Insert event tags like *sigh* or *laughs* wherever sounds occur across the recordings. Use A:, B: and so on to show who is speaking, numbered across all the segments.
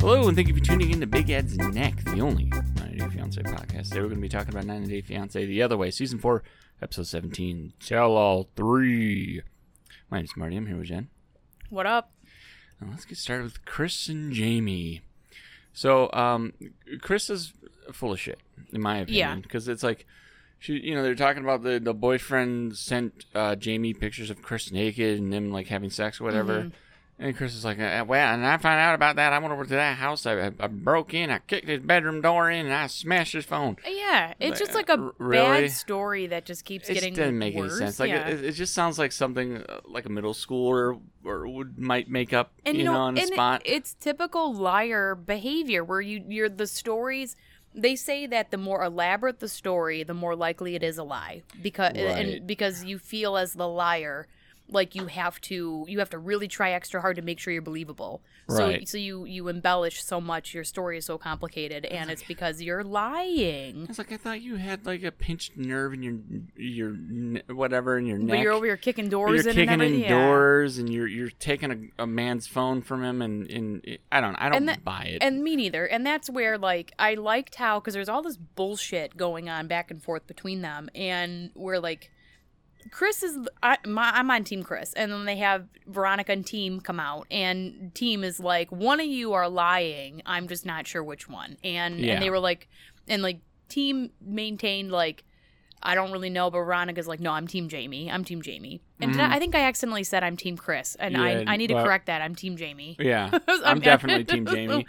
A: Hello, and thank you for tuning in to Big Ed's Neck, the only 90 Day Fiance podcast. Today we're going to be talking about 90 Day Fiance the other way, season 4, episode 17, Tell All 3. My name's Marty. I'm here with Jen.
B: What up?
A: Now, let's get started with Chris and Jamie. So, um, Chris is full of shit, in my opinion,
B: Yeah.
A: because it's like, she, you know, they're talking about the, the boyfriend sent uh, Jamie pictures of Chris naked and them like having sex or whatever.
B: Mm-hmm.
A: And Chris is like, "Uh, well, and I found out about that. I went over to that house. I, I- I broke in. I kicked his bedroom door in, and I smashed his phone.
B: Yeah, it's just like a
A: R- really?
B: bad story that just keeps
A: It
B: getting
A: just didn't make
B: worse.
A: any sense. Like
B: yeah.
A: it, it just sounds like something uh, like a middle schooler or would might make up,
B: and
A: you know, on the
B: and it-
A: spot.
B: it's typical liar behavior where you you're the stories. They say that the more elaborate the story, the more likely it is a lie because
A: Right.
B: and because you feel as the liar like you have to you have to really try extra hard to make sure you're believable. So
A: Right.
B: so you you embellish so much, your story is so complicated and it's because you're lying.
A: It's like I thought you had like a pinched nerve in your your ne- whatever in your neck.
B: But you're over here kicking
A: Or
B: doors
A: you're
B: in
A: kicking
B: and
A: in
B: everything. yeah.
A: doors, and you're you're taking a, a man's phone from him, and, and I don't I don't
B: And the-
A: buy it.
B: And me neither. And that's where, like, I liked how, because there's all this bullshit going on back and forth between them, and where, like, Chris is, I, my, I'm on Team Chris, and then they have Veronica and Team come out, and Team is like, one of you are lying. I'm just not sure which one. And
A: Yeah.
B: and they were like, and like, Team maintained like. I don't really know, but Veronica's like, no, I'm Team Jamie. I'm Team Jamie. And did I, I think I accidentally said I'm Team Chris, and
A: Mm-hmm. Yeah,
B: I, I need
A: well-
B: to correct that. I'm Team Jamie.
A: yeah,
B: *laughs* I'm
A: I'm
B: mad.
A: definitely
B: *laughs*
A: Team Jamie.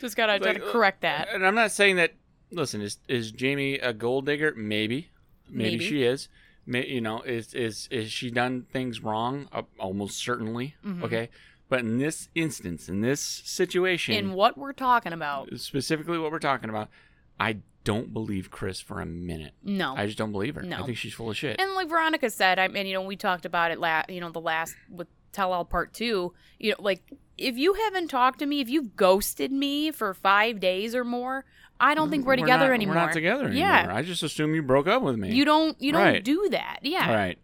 B: Just gotta,
A: It's like, uh,
B: gotta correct that.
A: And I'm not saying that. Listen, is is Jamie a gold digger? Maybe, maybe,
B: Maybe.
A: she is. May, you know, is is is she done things wrong? Uh, almost certainly.
B: Mhm.
A: Okay, but in this instance, in this situation,
B: In what we're talking about,
A: specifically what we're talking about, I don't believe Chris for a minute.
B: no.
A: I just don't believe her. I
B: No.
A: think she's full of shit.
B: and like Veronica said, I mean, you know, we talked about it last, you know, the last with Tell All Part Two. You know, like if you haven't talked to me, if you've ghosted me for five days or more, I don't think we're, together
A: not,
B: anymore.
A: We're not together
B: Yeah.
A: anymore. I just assume you broke up with me.
B: You don't. You don't
A: Right.
B: do that. Yeah.
A: Right.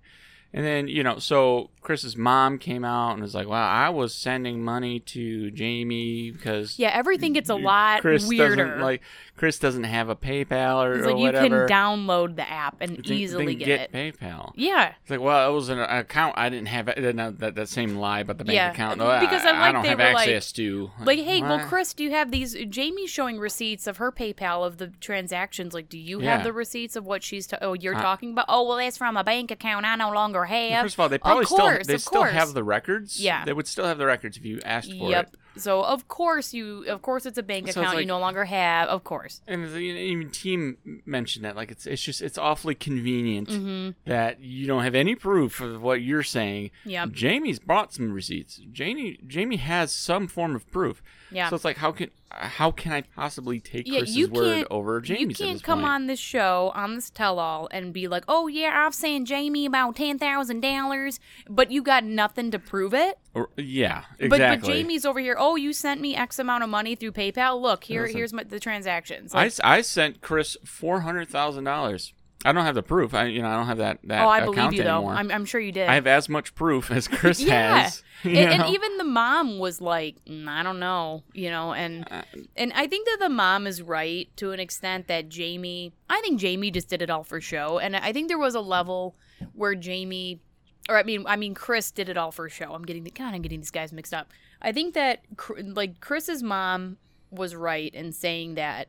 A: And then, you know, so Chris's mom came out and was like, well, I was sending money to Jamie because
B: Yeah. Everything gets a lot
A: Chris
B: weirder.
A: doesn't like Chris doesn't have a PayPal or,
B: It's
A: or
B: like you
A: whatever.
B: can download the app and
A: Then-
B: easily
A: then
B: get, it.
A: PayPal.
B: Yeah.
A: It's like, well, it was an account I didn't have. uh, no, That, that same lie about the bank
B: Yeah,
A: account. No,
B: because
A: I,
B: I
A: I
B: like
A: don't
B: they
A: have
B: were like-
A: access to.
B: Like, hey, well,
A: What?
B: Chris, do you have these? Jamie's showing receipts of her PayPal of the transactions. Like, do you
A: Yeah.
B: have the receipts of what she's? Ta- oh, you're
A: I-
B: talking about. Oh, well, that's from a bank account I no longer
A: Well,
B: have.
A: First of all, they probably
B: course,
A: still they
B: of
A: still
B: course.
A: have the records.
B: Yeah.
A: they would still have the records if you asked for
B: yep.
A: it.
B: So of course you, of course it's a bank
A: So it's
B: account
A: like-
B: you no longer have. Of course.
A: And the- even team mentioned that like it's it's just it's awfully convenient
B: hmm
A: that you don't have any proof of what you're saying.
B: Yep.
A: Jamie's brought some receipts. Jamie Jamie has some form of proof.
B: Yeah.
A: So it's like how can how can I possibly take
B: yeah,
A: Chris's
B: you
A: word
B: can't.
A: over Jamie's?
B: you
A: at
B: can't
A: this
B: come
A: point?
B: on this show on this tell-all and be like, "Oh yeah, I've sent Jamie about ten thousand dollars," but you got nothing to prove it.
A: Or- yeah,
B: But,
A: exactly.
B: but Jamie's over here. Oh, you sent me X amount of money through PayPal. Look, here,
A: Listen.
B: here's my, the transactions.
A: I,
B: Like,
A: s- I sent Chris four hundred thousand dollars. I don't have the proof. I you know I don't have that that
B: oh, I
A: account
B: believe you though.
A: anymore.
B: I'm, I'm sure you did.
A: I have as much proof as Chris
B: Yeah.
A: has. *laughs*
B: and,
A: you know?
B: and even the mom was like, "Mm, I don't know, you know, and
A: Uh,
B: and I think that the mom is right to an extent that Jamie. I think Jamie just did it all for show, and I think there was a level where Jamie, or I mean, I mean Chris did it all for show. I'm getting the God, I'm getting these guys mixed up. I think that Chr- like Chris's mom was right in saying that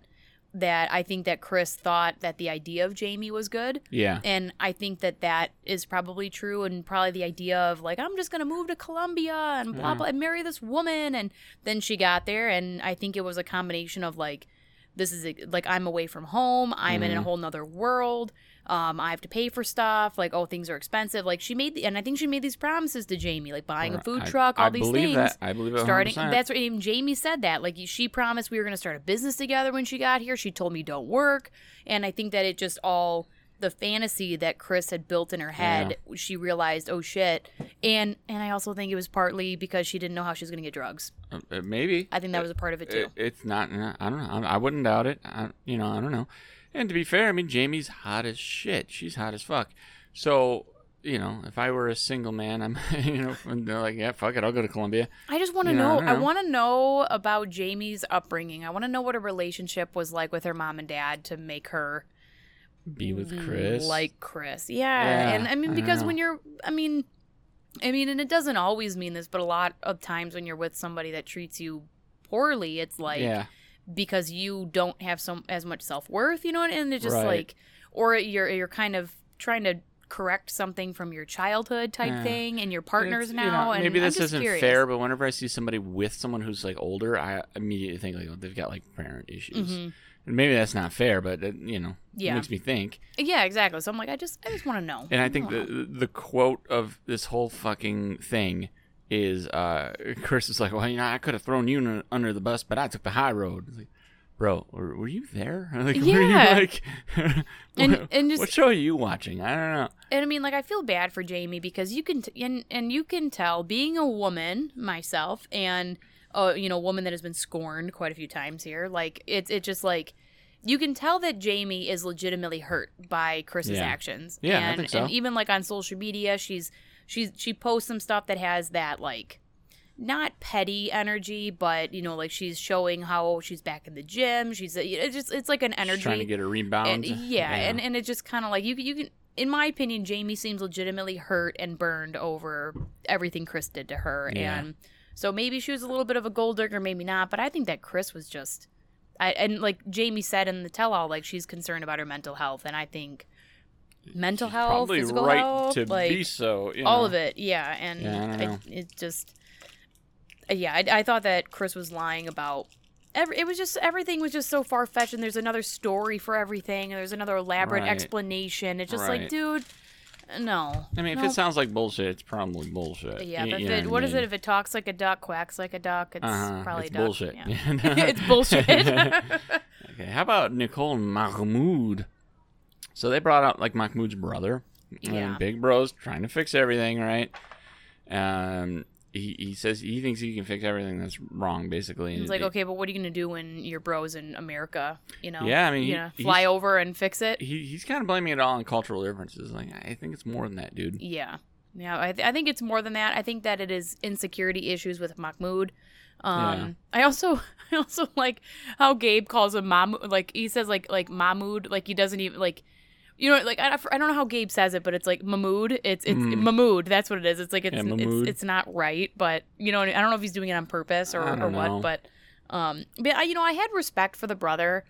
B: that I think that Chris thought that the idea of Jamie was good.
A: yeah,
B: And I think that that is probably true, and probably the idea of like I'm just gonna move to Colombia and blah
A: Mhm.
B: blah and marry this woman, and then she got there, and I think it was a combination of like this is like I'm away from home, I'm in a
A: Mhm.
B: whole nother world, um, I have to pay for stuff, like oh things are expensive, like she made, the, and I think she made these promises to Jamie, like buying a food
A: I-
B: truck, all
A: I
B: these
A: believe
B: things.
A: That. I believe it.
B: Starting,
A: 100%.
B: that's what even Jamie said that. Like she promised we were going to start a business together when she got here. She told me don't work, and I think that it just all the fantasy that Chris had built in her head. She realized, oh shit, and and I also think it was partly because she didn't know how she was going to get drugs.
A: Uh, uh, maybe.
B: I think that was a part of it too.
A: It- it's not. uh, I don't know. I, I wouldn't doubt it. I, you know, I don't know. And to be fair, I mean, Jamie's hot as shit. She's hot as fuck. So you know, if I were a single man, I'm, *laughs* you know, and they're like, yeah, fuck it, I'll go to Columbia.
B: I just want to
A: You know,
B: know.
A: I don't
B: I
A: know.
B: want to know about Jamie's upbringing. I want to know what her relationship was like with her mom and dad to make her
A: Be with Chris.
B: Mm, like Chris. Yeah,
A: Yeah,
B: and I mean
A: I
B: because
A: know.
B: when you're, I mean, I mean, and it doesn't always mean this, but a lot of times when you're with somebody that treats you poorly, it's like
A: yeah,
B: because you don't have so as much self worth, you know, and it just
A: Right.
B: like or you're you're kind of trying to correct something from your childhood type
A: Yeah.
B: thing and your partners
A: It's- you know,
B: now. and
A: maybe
B: I'm
A: this
B: just
A: isn't
B: curious.
A: fair, but whenever I see somebody with someone who's like older, I immediately think like oh, they've got like parent issues.
B: Mhm.
A: And maybe that's not fair, but it, you know,
B: Yeah.
A: it makes me think.
B: Yeah, exactly. So I'm like, I just I just want to know.
A: And I think
B: don't
A: the the quote of this whole fucking thing is uh, *laughs* Chris is like, well, you know, I could have thrown you in- under the bus, but I took the high road. It's like, Bro, were, were you there? *laughs* Like, were you
B: Yeah.
A: like, *laughs*
B: And- and just-
A: what show are you watching? I don't know.
B: and I mean, like, I feel bad for Jamie because you can, t- and and you can tell being a woman myself, and uh, you know, a woman that has been scorned quite a few times here. Like, it's it's just like you can tell that Jamie is legitimately hurt by Chris's
A: Yeah.
B: actions.
A: Yeah, I
B: and,
A: think so.
B: and even like on social media, she's she's she posts some stuff that has that like not petty energy, but you know, like she's showing how she's back in the gym. She's it's just it's like an energy
A: Just trying to get a rebound.
B: and, yeah, and and it just kind of like you you can in my opinion Jamie seems legitimately hurt and burned over everything Chris did to her
A: Yeah.
B: and so maybe she was a little bit of a gold digger maybe not but I think that Chris was just I, and like Jamie said in the tell all like she's concerned about her mental health and I think mental
A: She's
B: health
A: probably
B: physical
A: right
B: health
A: to
B: like
A: be so. You
B: all
A: know.
B: of it yeah and
A: Yeah, I don't
B: I-
A: know.
B: it just uh, yeah I, I thought that chris was lying about every, it was just everything was just so far-fetched and there's another story for everything and there's another elaborate
A: Right.
B: explanation it's just like
A: Right.
B: dude no
A: I mean, if
B: no.
A: it sounds like bullshit, it's probably bullshit.
B: yeah
A: You-
B: but
A: you
B: if
A: know
B: it, what
A: I
B: is
A: mean?
B: it if it talks like a duck quacks like a duck it's
A: Uh-huh.
B: probably
A: it's
B: duck.
A: bullshit. *laughs*
B: yeah. *laughs* it's bullshit *laughs* yeah
A: okay, how about Nicole Mahmoud? So they brought up like Mahmoud's brother.
B: Yeah.
A: And Big Bro's trying to fix everything, right? Um, he, he says he thinks he can fix everything that's wrong, basically.
B: it's like okay but what are you gonna do when your bros in america you know
A: Yeah, I mean, he-
B: you know,
A: he's-
B: fly over and fix it
A: He, he's kind of blaming it all on cultural differences. Like, I think it's more than that, dude.
B: Yeah. Yeah, I, th- I think it's more than that. I think that it is insecurity issues with Mahmoud. Um, I also, *laughs* I also like how Gabe calls him Mahmoud. Like he says, like like Mahmoud. Like he doesn't even like, you know, like I, I don't know how Gabe says it, but it's like Mahmoud. It's it's
A: Mm.
B: Mahmoud. That's what it is. It's like it's
A: Yeah,
B: it's,
A: Mahmoud.
B: it's not right, but you know, I don't know if he's doing it on purpose or
A: I
B: or
A: don't
B: what,
A: know.
B: but um, but I, you know, I had respect for the brother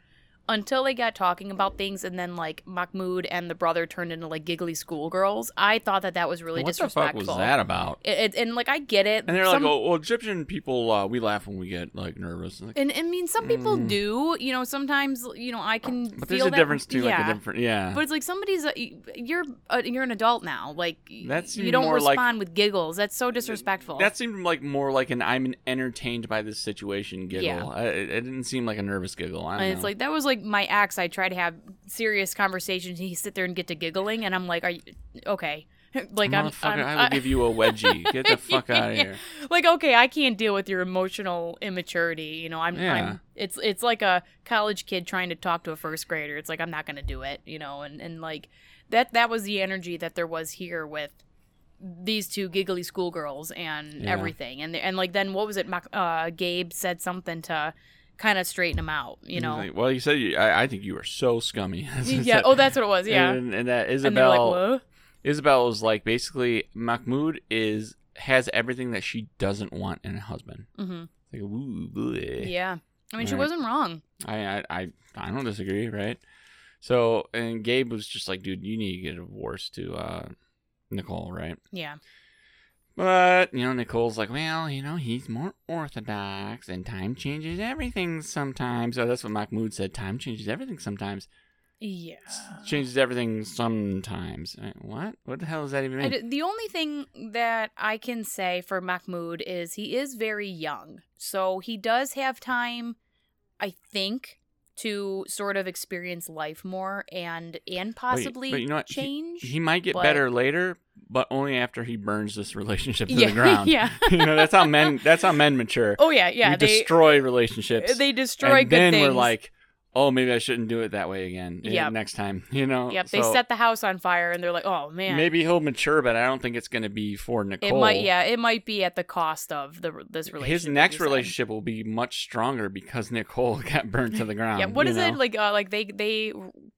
B: until they got talking about things and then like mahmoud and the brother turned into like giggly schoolgirls i thought that that was really
A: what the fuck
B: disrespectful
A: was that about?
B: It, it- and like i get it
A: And they're
B: Some-
A: like, oh, well, Egyptian people, uh, we laugh when we get like nervous. And like,
B: and i mean some people
A: Mm.
B: do you know sometimes you know i can
A: but
B: feel
A: there's a
B: that,
A: difference too,
B: yeah
A: like a different, yeah.
B: but it's like somebody's a, you're a, you're an adult now like
A: That
B: you
A: seemed
B: don't
A: more like-
B: respond with giggles that's so disrespectful
A: That seemed like more like an I'm entertained by this situation giggle.
B: Yeah.
A: I, it it didn't seem like a nervous giggle. I don't
B: and it's
A: know.
B: like that was like my ex. I try to have serious conversations. and He sit there and get to giggling, and I'm like, "Are you okay?" *laughs* like I'm,
A: Motherfucker,
B: I'm
A: I will give you a
B: *laughs*
A: wedgie. Get the fuck out of
B: Yeah.
A: here.
B: like okay i can't deal with your emotional immaturity you know i'm,
A: Yeah.
B: I'm it's it's like a college kid trying to talk to a first grader it's like i'm not gonna do it you know and and like that that was the energy that there was here with these two giggly schoolgirls and
A: Yeah.
B: everything and and like then what was it Mac- uh gabe said something to kind of straighten him out you
A: He's
B: know
A: like, well, you said you, I, I think you are so scummy.
B: *laughs*
A: *laughs*
B: yeah oh that's what it was yeah
A: And, and that
B: and they're like
A: Isabel,
B: whoa
A: Isabel was like basically Mahmoud is has everything that she doesn't want in a husband.
B: hmm
A: Like, ooh, bleh.
B: yeah i mean she
A: Right.
B: wasn't wrong
A: I, I I I don't disagree, right? So and Gabe was just like, dude, you need to get a divorce to uh, Nicole, right?
B: yeah
A: But you know, Nicole's like, well, you know, he's more orthodox, and time changes everything sometimes. Oh, that's what Mahmoud said. Time changes everything sometimes.
B: yeah
A: Changes everything sometimes. Uh, What? What the hell does that even
B: I
A: mean?
B: d- the only thing that I can say for Mahmoud is he is very young. So he does have time, I think, to sort of experience life more and and possibly
A: but you know what? He-
B: change.
A: He might get
B: but-
A: better later, but only after he burns this relationship to
B: yeah, *laughs*
A: the ground.
B: yeah.
A: you know, that's how men. That's how men mature.
B: Oh yeah, yeah.
A: we
B: they
A: destroy relationships.
B: they destroy
A: and
B: good
A: then
B: things.
A: we're like, oh, maybe I shouldn't do it that way again. eh,
B: Yep.
A: Next time, *laughs* you know?
B: Yep, they
A: oh, So
B: set the house on fire and they're like, "Oh man."
A: Maybe he'll mature, but I don't think it's going to be for
B: it
A: Nicole.
B: might yeah, it might be at the cost of the this relationship.
A: His
B: that
A: next
B: he's in.
A: relationship will be much stronger because Nicole *laughs* got burnt to the ground.
B: Yeah, what
A: you
B: is
A: know?
B: it like uh, like they they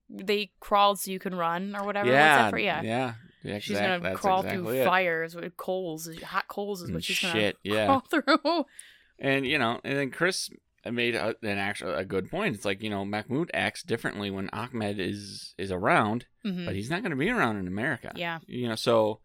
B: they crawled so you can run or whatever. What's
A: Yeah,
B: that for? Yeah.
A: yeah, yeah.
B: She's
A: exact-
B: gonna
A: that's
B: crawl through
A: exactly it.
B: fires with coals, hot coals is
A: And
B: what she's gonna *laughs*
A: shit, yeah.
B: crawl through.
A: And you know, and then Chris made a, an actual a good point. It's like you know, Mahmoud acts differently when Ahmed is is around,
B: Mhm.
A: but he's not going to be around in America.
B: Yeah,
A: You know, so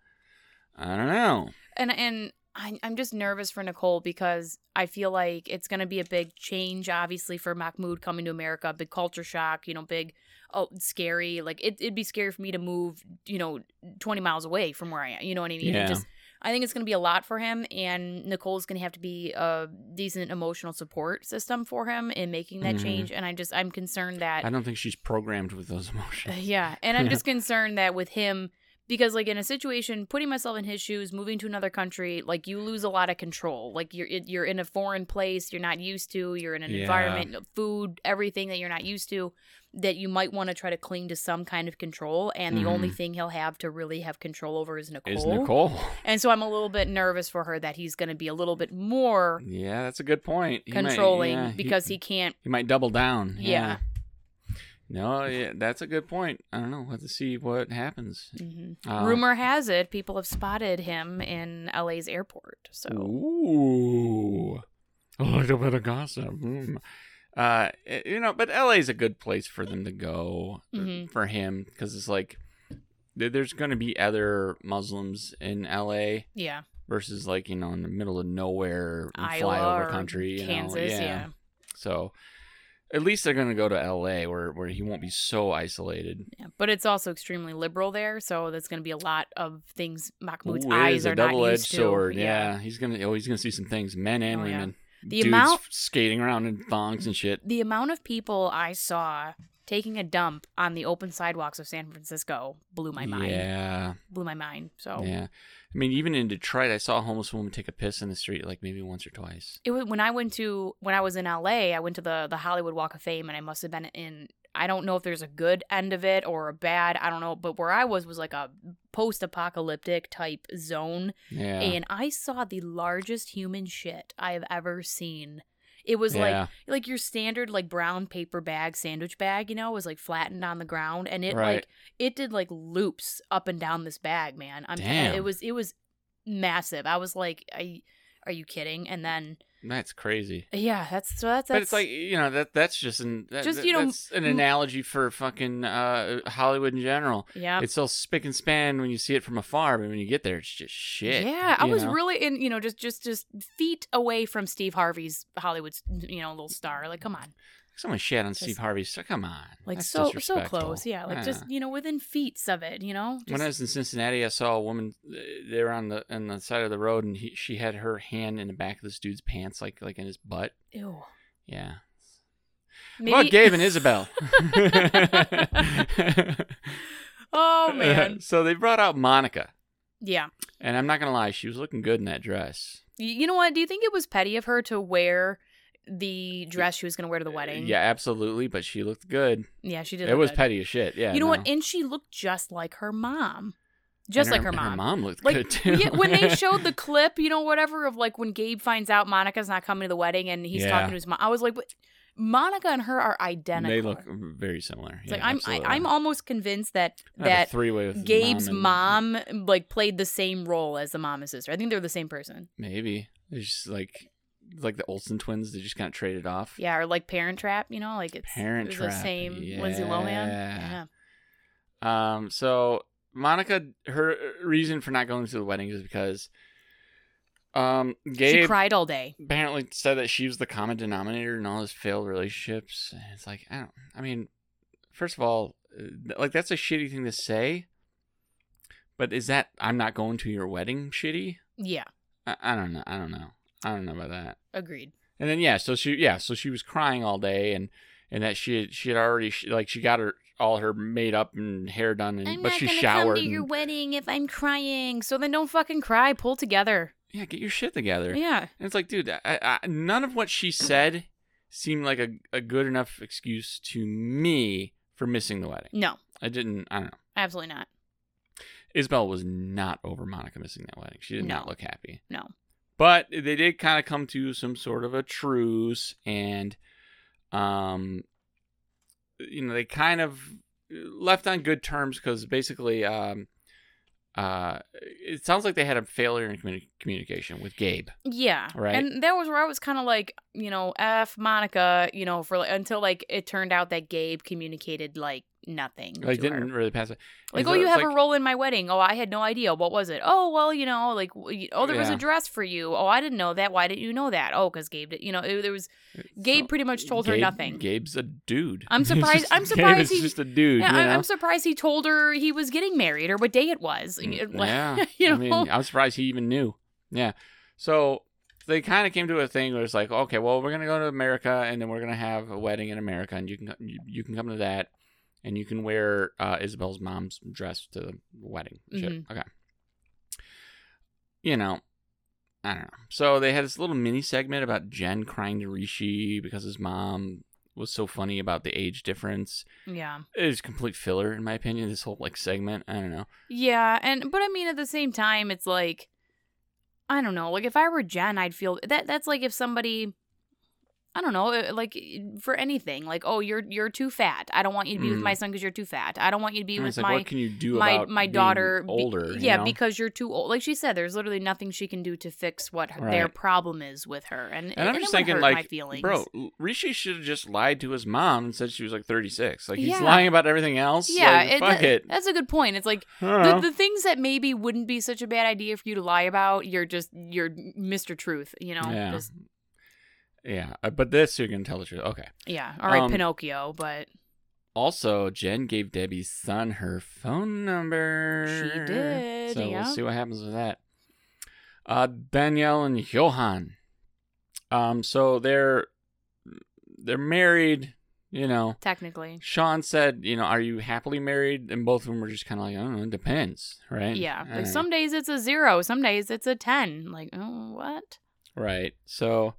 A: I don't know.
B: and and I'm I'm just nervous for Nicole because I feel like it's gonna be a big change, obviously, for Mahmoud coming to America, big culture shock, you know, big oh scary. Like it, it'd be scary for me to move, you know, 20 miles away from where I am. You know what I mean? It
A: Yeah.
B: just I think it's going to be a lot for him, and Nicole's going to have to be a decent emotional support system for him in making that
A: Mhm.
B: change. And I just I'm concerned that
A: I don't think she's programmed with those
B: Uh,
A: emotions.
B: Yeah, and I'm
A: Yeah. *laughs*
B: just concerned that with him because like in a situation putting myself in his shoes, moving to another country, like you lose a lot of control. Like you're it- you're in a foreign place, you're not used to, you're in an
A: Yeah.
B: environment, food, everything that you're not used to that you might want to try to cling to some kind of control and the only thing he'll have to really have control over is Nicole.
A: Mm-hmm. Is Nicole?
B: And so I'm a little bit nervous for her that he's going to be a little bit more
A: Yeah, that's a good point. He might-
B: controlling
A: yeah, he-
B: because he can't
A: He might double down.
B: Yeah.
A: No, yeah, that's a good point. I don't know. We'll have to see what happens.
B: mhm.
A: Uh,
B: Rumor has it people have spotted him in LA's airport. So
A: Ooh. A little bit of gossip. Mm. Uh, eh, you know, but LA's a good place for them to go
B: Mhm.
A: for him because it's like there- there's going to be other Muslims in LA
B: yeah.
A: versus like, you know, in the middle of nowhere, flyover country, you know,
B: Kansas. yeah.
A: So at least they're going to go to LA where, where he won't be so isolated.
B: yeah, but it's also extremely liberal there, so that's going to be a lot of things Mahmoud's
A: Ooh, it is
B: eyes are
A: a
B: not
A: double
B: used
A: edged
B: to.
A: sword. Yeah. he's gonna oh he's gonna see some things, men and
B: Oh, yeah.
A: women.
B: The
A: Dudes
B: amount-
A: f- skating around in thongs and shit.
B: the amount of people I saw taking a dump on the open sidewalks of San Francisco blew my mind. Oh.
A: Yeah,
B: Blew my mind. So
A: yeah. I mean, even in Detroit, I saw a homeless woman take a piss in the street like maybe once or twice.
B: it was when I went to when I was in LA, I went to the the Hollywood Walk of Fame, and I must have been in. I don't know if there's a good end of it or a bad. I don't know, but where I was was like a post-apocalyptic type zone
A: Yeah,
B: and I saw the largest human shit I have ever seen. It was
A: Yeah.
B: like like your standard like brown paper bag sandwich bag, you know, was like flattened on the ground, and it
A: Right.
B: like it did like loops up and down this bag, man. I'm
A: Damn.
B: it was it was massive. I was like, I, are you kidding? And then
A: that's crazy.
B: yeah, that's so that's, that's
A: But it's like you know that that's just an that,
B: Just,
A: that-
B: you know,
A: that's an
B: m-
A: analogy for fucking uh, Hollywood in general.
B: yeah.
A: It's all spick and span when you see it from afar, but when you get there, it's just shit.
B: Yeah, I
A: you
B: was
A: know?
B: really in, you know, just just just feet away from Steve Harvey's Hollywood, you know, little star. Like, come on.
A: someone shat on
B: Just-
A: Steve Harvey. So come on,
B: like
A: That's
B: so so
A: disrespectful.
B: close yeah like just you know within feet of it you know
A: when I was
B: Just-
A: in Cincinnati, I saw a woman uh, there on the on the side of the road, and he, she had her hand in the back of this dude's pants, like like in his butt.
B: ew
A: Yeah.
B: Maybe-
A: Well, Gabe and Isabel.
B: *laughs*
A: *laughs* *laughs*
B: oh man
A: so they brought out Monica,
B: yeah
A: and I'm not gonna lie, she was looking good in that dress.
B: Y- you know what do you think it was petty of her to wear the dress she was going to wear to the wedding
A: uh, Yeah, absolutely, but she looked good.
B: yeah she did
A: It,
B: look
A: was
B: good.
A: petty as shit. Yeah.
B: you know
A: no.
B: what and she looked just like her mom just
A: And
B: like her
A: and
B: mom,
A: Her mom *laughs* looked
B: Like
A: good too.
B: yeah,
A: *laughs*
B: when they showed the clip, you know, whatever of like when Gabe finds out Monica's not coming to the wedding and he's
A: Yeah.
B: talking to his mom, I was like, "What? Monica and her are identical.
A: they look very similar.
B: It's
A: yeah,
B: like I'm I,
A: absolutely.
B: I'm almost convinced that
A: I had a
B: that
A: three-way with
B: Gabe's
A: mom and-
B: mom, like played the same role as the mom and sister. I think they're the same person.
A: Maybe it's just like like the Olsen twins. They just kind of traded off.
B: Yeah, or like Parent Trap, you know, like it's
A: Parent
B: it was the
A: Trap,
B: same Lindsay Lohan.
A: yeah.
B: Yeah.
A: Um. So Monica, her reason for not going to the wedding is because, um,
B: She
A: Gabe
B: cried all day.
A: apparently said that she was the common denominator in all his failed relationships. And it's like I don't. I mean, first of all, uh, like that's a shitty thing to say. But is that I'm not going to your wedding shitty?
B: Yeah,
A: I, I don't know. I don't know. I don't know about that.
B: agreed.
A: And then yeah, so she yeah, so she was crying all day, and and that she had, she had already she, like she got her all her made up and hair done, and Mm, but she showered. and-
B: wedding if I'm crying. So then don't fucking cry. Pull together.
A: yeah, get your shit together.
B: Yeah.
A: And it's like, dude, I, I, none of what she said seemed like a, a good enough excuse to me for missing the wedding.
B: No,
A: I didn't. I don't know.
B: absolutely not.
A: Isabel was not over Monica missing that wedding. She did not
B: No.
A: look happy.
B: No.
A: But they did kind of come to some sort of a truce, and um, you know, they kind of left on good terms because basically, um, uh, it sounds like they had a failure in communi- communication with Gabe.
B: Yeah.
A: Right.
B: And that was where I was kind of like, you know, F Monica, you know, for like, until like it turned out that Gabe communicated like nothing.
A: Like,
B: to her.
A: didn't really pass it.
B: Like,
A: And
B: oh,
A: so
B: you
A: it's
B: have
A: like-
B: a role in my wedding. Oh, I had no idea. What was it? Oh, well, you know, like, w- you- oh, there was
A: Yeah.
B: a dress for you. Oh, I didn't know that. Why didn't you know that? Oh, because Gabe, did, you know, it, there was. Gabe
A: So-
B: pretty much told her
A: Gabe-
B: nothing.
A: Gabe's a dude. *laughs*
B: I'm
A: He's
B: surprised-
A: just-
B: I'm surprised
A: Gabe is
B: he-
A: just a dude.
B: yeah,
A: you
B: I-
A: know?
B: I'm surprised he told her he was getting married or what day it was. *laughs* Like,
A: Mm, yeah.
B: you know,
A: I mean, I'm surprised he even knew. Yeah. So they kind of came to a thing where it's like, okay, well, we're gonna go to America, and then we're gonna have a wedding in America, and you can you, you can come to that, and you can wear uh, Isabel's mom's dress to the wedding. Shit.
B: Mhm.
A: Okay. You know, I don't know. So they had this little mini segment about Jen crying to Rishi because his mom was so funny about the age difference.
B: yeah.
A: It is complete filler, in my opinion. This whole like segment, I don't know.
B: Yeah, and but I mean at the same time it's like I don't know, like if I were Jen, I'd feel that that's like if somebody I don't know, uh, like for anything, like oh you're you're too fat. I don't want you to be with
A: Mm.
B: my son because you're too fat. I don't want you to be
A: And
B: with
A: it's like,
B: my
A: what can you do
B: my
A: about
B: my
A: being
B: daughter be-
A: older? you
B: yeah,
A: know?
B: because you're too old. Like she said, there's literally nothing she can do to fix what her, their
A: Right.
B: problem is with her, and
A: and I'm
B: it
A: just
B: would
A: thinking,
B: hurt
A: like,
B: my feelings.
A: bro, Rishi should have just lied to his mom and said she was like 36. Like he's
B: Yeah.
A: lying about everything else.
B: Yeah,
A: like,
B: it-
A: fuck
B: that-
A: it.
B: that's a good point. It's like
A: I don't
B: the,
A: know.
B: the things that maybe wouldn't be such a bad idea for you to lie about, you're just you're Mr. Truth, you know?
A: Yeah.
B: Just-
A: yeah, uh, but this you can tell the truth. Okay.
B: yeah. All right,
A: Um,
B: Pinocchio, but
A: Also, Jen gave Debbie's son her phone number.
B: She did,
A: So
B: yeah.
A: we'll see what happens with that. Uh, Danielle and Johan. Um, so they're they're married. You know,
B: technically,
A: Sean said, you know, are you happily married? And both of them were just kind of like, I don't know, it depends, right?
B: yeah.
A: All
B: Like some days it's a zero, some days it's a ten. Like, oh, what?
A: Right. So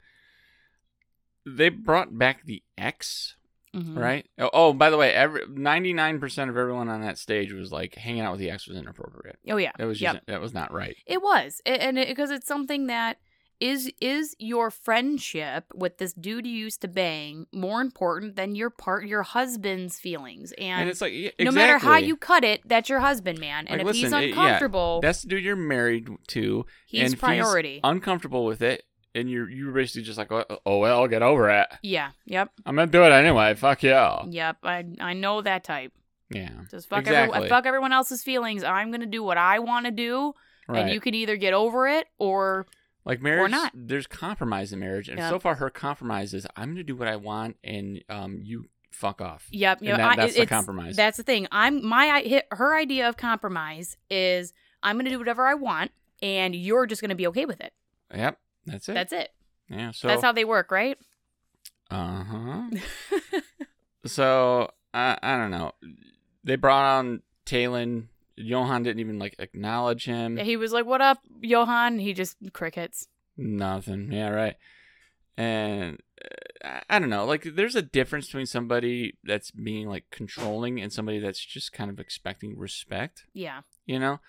A: they brought back the X,
B: Mhm.
A: right? Oh, oh, by the way, every 99% of everyone on that stage was like, hanging out with the X was inappropriate.
B: Oh yeah.
A: That was
B: Yep.
A: just, that was not right.
B: It was, A- and because it's something that is is your friendship with this dude you used to bang more important than your part your husband's feelings and.
A: And, it's like, yeah,
B: No matter how
A: exactly.
B: you cut it, that's your husband, man. And
A: Like,
B: if he's
A: listen, it- yeah,
B: uncomfortable,
A: That's the dude you're married to, and if
B: he's
A: he's
B: priority.
A: uncomfortable with it, and you're, you're basically just like, oh, oh, well, I'll get over it.
B: yeah. Yep.
A: I'm going to do it anyway. Fuck yeah.
B: Yep. I I know that type.
A: Yeah.
B: Just fuck
A: Exactly.
B: everyone, fuck everyone else's feelings. I'm gonna do what I want to do,
A: Right.
B: and you can either get over it or
A: Like marriage,
B: not.
A: there's compromise in marriage, and
B: Yeah.
A: so far her compromise is I'm gonna do what I want, and um, you fuck off.
B: yep.
A: And
B: yep,
A: that-
B: I-
A: that's the
B: it's-
A: compromise.
B: That's the thing. I'm my I hit her idea of compromise is I'm gonna do whatever I want, and you're just gonna be okay with it.
A: Yep, that's it.
B: That's it.
A: yeah. So
B: that's how they
A: *laughs*
B: work, right?
A: uh huh. so I I don't know. They brought on Talon. Johan didn't even like acknowledge him.
B: he was like, "What up, Johan?" He just crickets.
A: Nothing. Yeah, right. And uh, I- I don't know. Like, there's a difference between somebody that's being like controlling and somebody that's just kind of expecting respect.
B: Yeah.
A: you know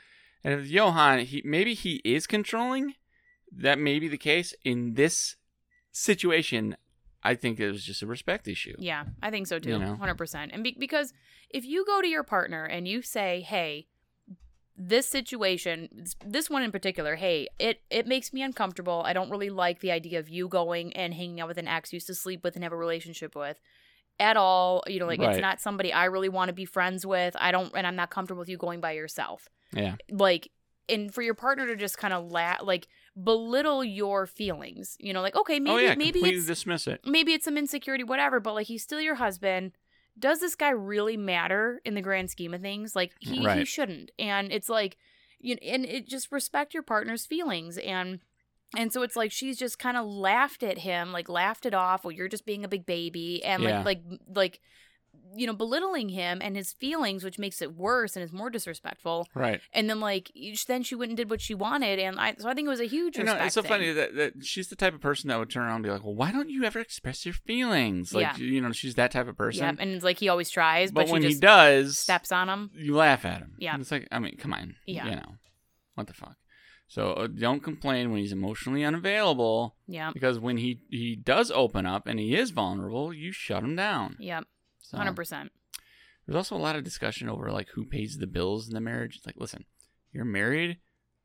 A: and if johan he maybe he is controlling that may be the case in this situation i think it was just a respect issue
B: Yeah, I think so
A: You
B: too.
A: know?
B: Hundred percent. And be- because if you go to your partner and you say, "Hey, this situation, this one in particular, hey, it it makes me uncomfortable. I don't really like the idea of you going and hanging out with an ex you used to sleep with and have a relationship with." At all, you know, like
A: Right.
B: it's not somebody I really want to be friends with. I don't, and I'm not comfortable with you going by yourself.
A: yeah
B: Like, and for your partner to just kind of la- like belittle your feelings, you know, like okay, maybe
A: oh yeah
B: maybe
A: completely
B: it's
A: dismiss it
B: maybe it's some insecurity, whatever, but like he's still your husband. Does this guy really matter in the grand scheme of things? Like he, he
A: Right.
B: shouldn't. And it's like you and it just respect your partner's feelings and and so it's like she's just kind of laughed at him, like laughed it off. Well, you're just being a big baby, and
A: Yeah.
B: like like like you know, belittling him and his feelings, which makes it worse and is more disrespectful.
A: Right.
B: And then like you- then she went and did what she wanted, and I so I think it was a huge.
A: You know,
B: respect
A: it's so
B: thing.
A: funny that, that she's the type of person that would turn around and be like, "Well, why don't you ever express your feelings?" Like,
B: Yeah.
A: you know, she's that type of person.
B: Yep, and it's like he always tries,
A: but
B: but,
A: when
B: she
A: he
B: just
A: does,
B: steps on him.
A: you laugh at him.
B: Yeah.
A: And it's like, I mean, come on.
B: Yeah.
A: You know, what the fuck. So uh, don't complain when he's emotionally unavailable,
B: Yeah,
A: because when he he does open up and he is vulnerable, you shut him down.
B: yeah,
A: So
B: hundred percent.
A: there's also a lot of discussion over like who pays the bills in the marriage. It's like, listen, you're married.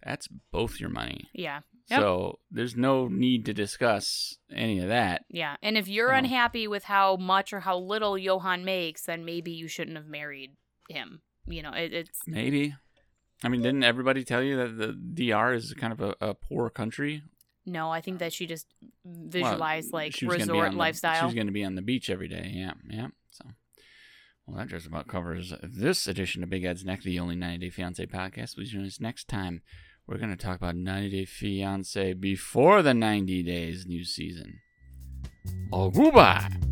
A: That's both your money.
B: Yeah, Yep.
A: So there's no need to discuss any of that.
B: yeah. And if you're
A: Oh.
B: unhappy with how much or how little Johan makes, then maybe you shouldn't have married him. You know, it, it's
A: Maybe. I mean, didn't everybody tell you that the DR is kind of a, a poor country?
B: no. I think that she just
A: Well,
B: visualized like
A: she was gonna be
B: resort
A: on the- she
B: lifestyle.
A: was going to be on the beach every day. Yeah, yeah. So, well, that just about covers this edition of Big Ed's Neck, the only 90 Day Fiance podcast. We'll join us next time. We're going to talk about 90 Day Fiance before the 90 days new season. All goodbye.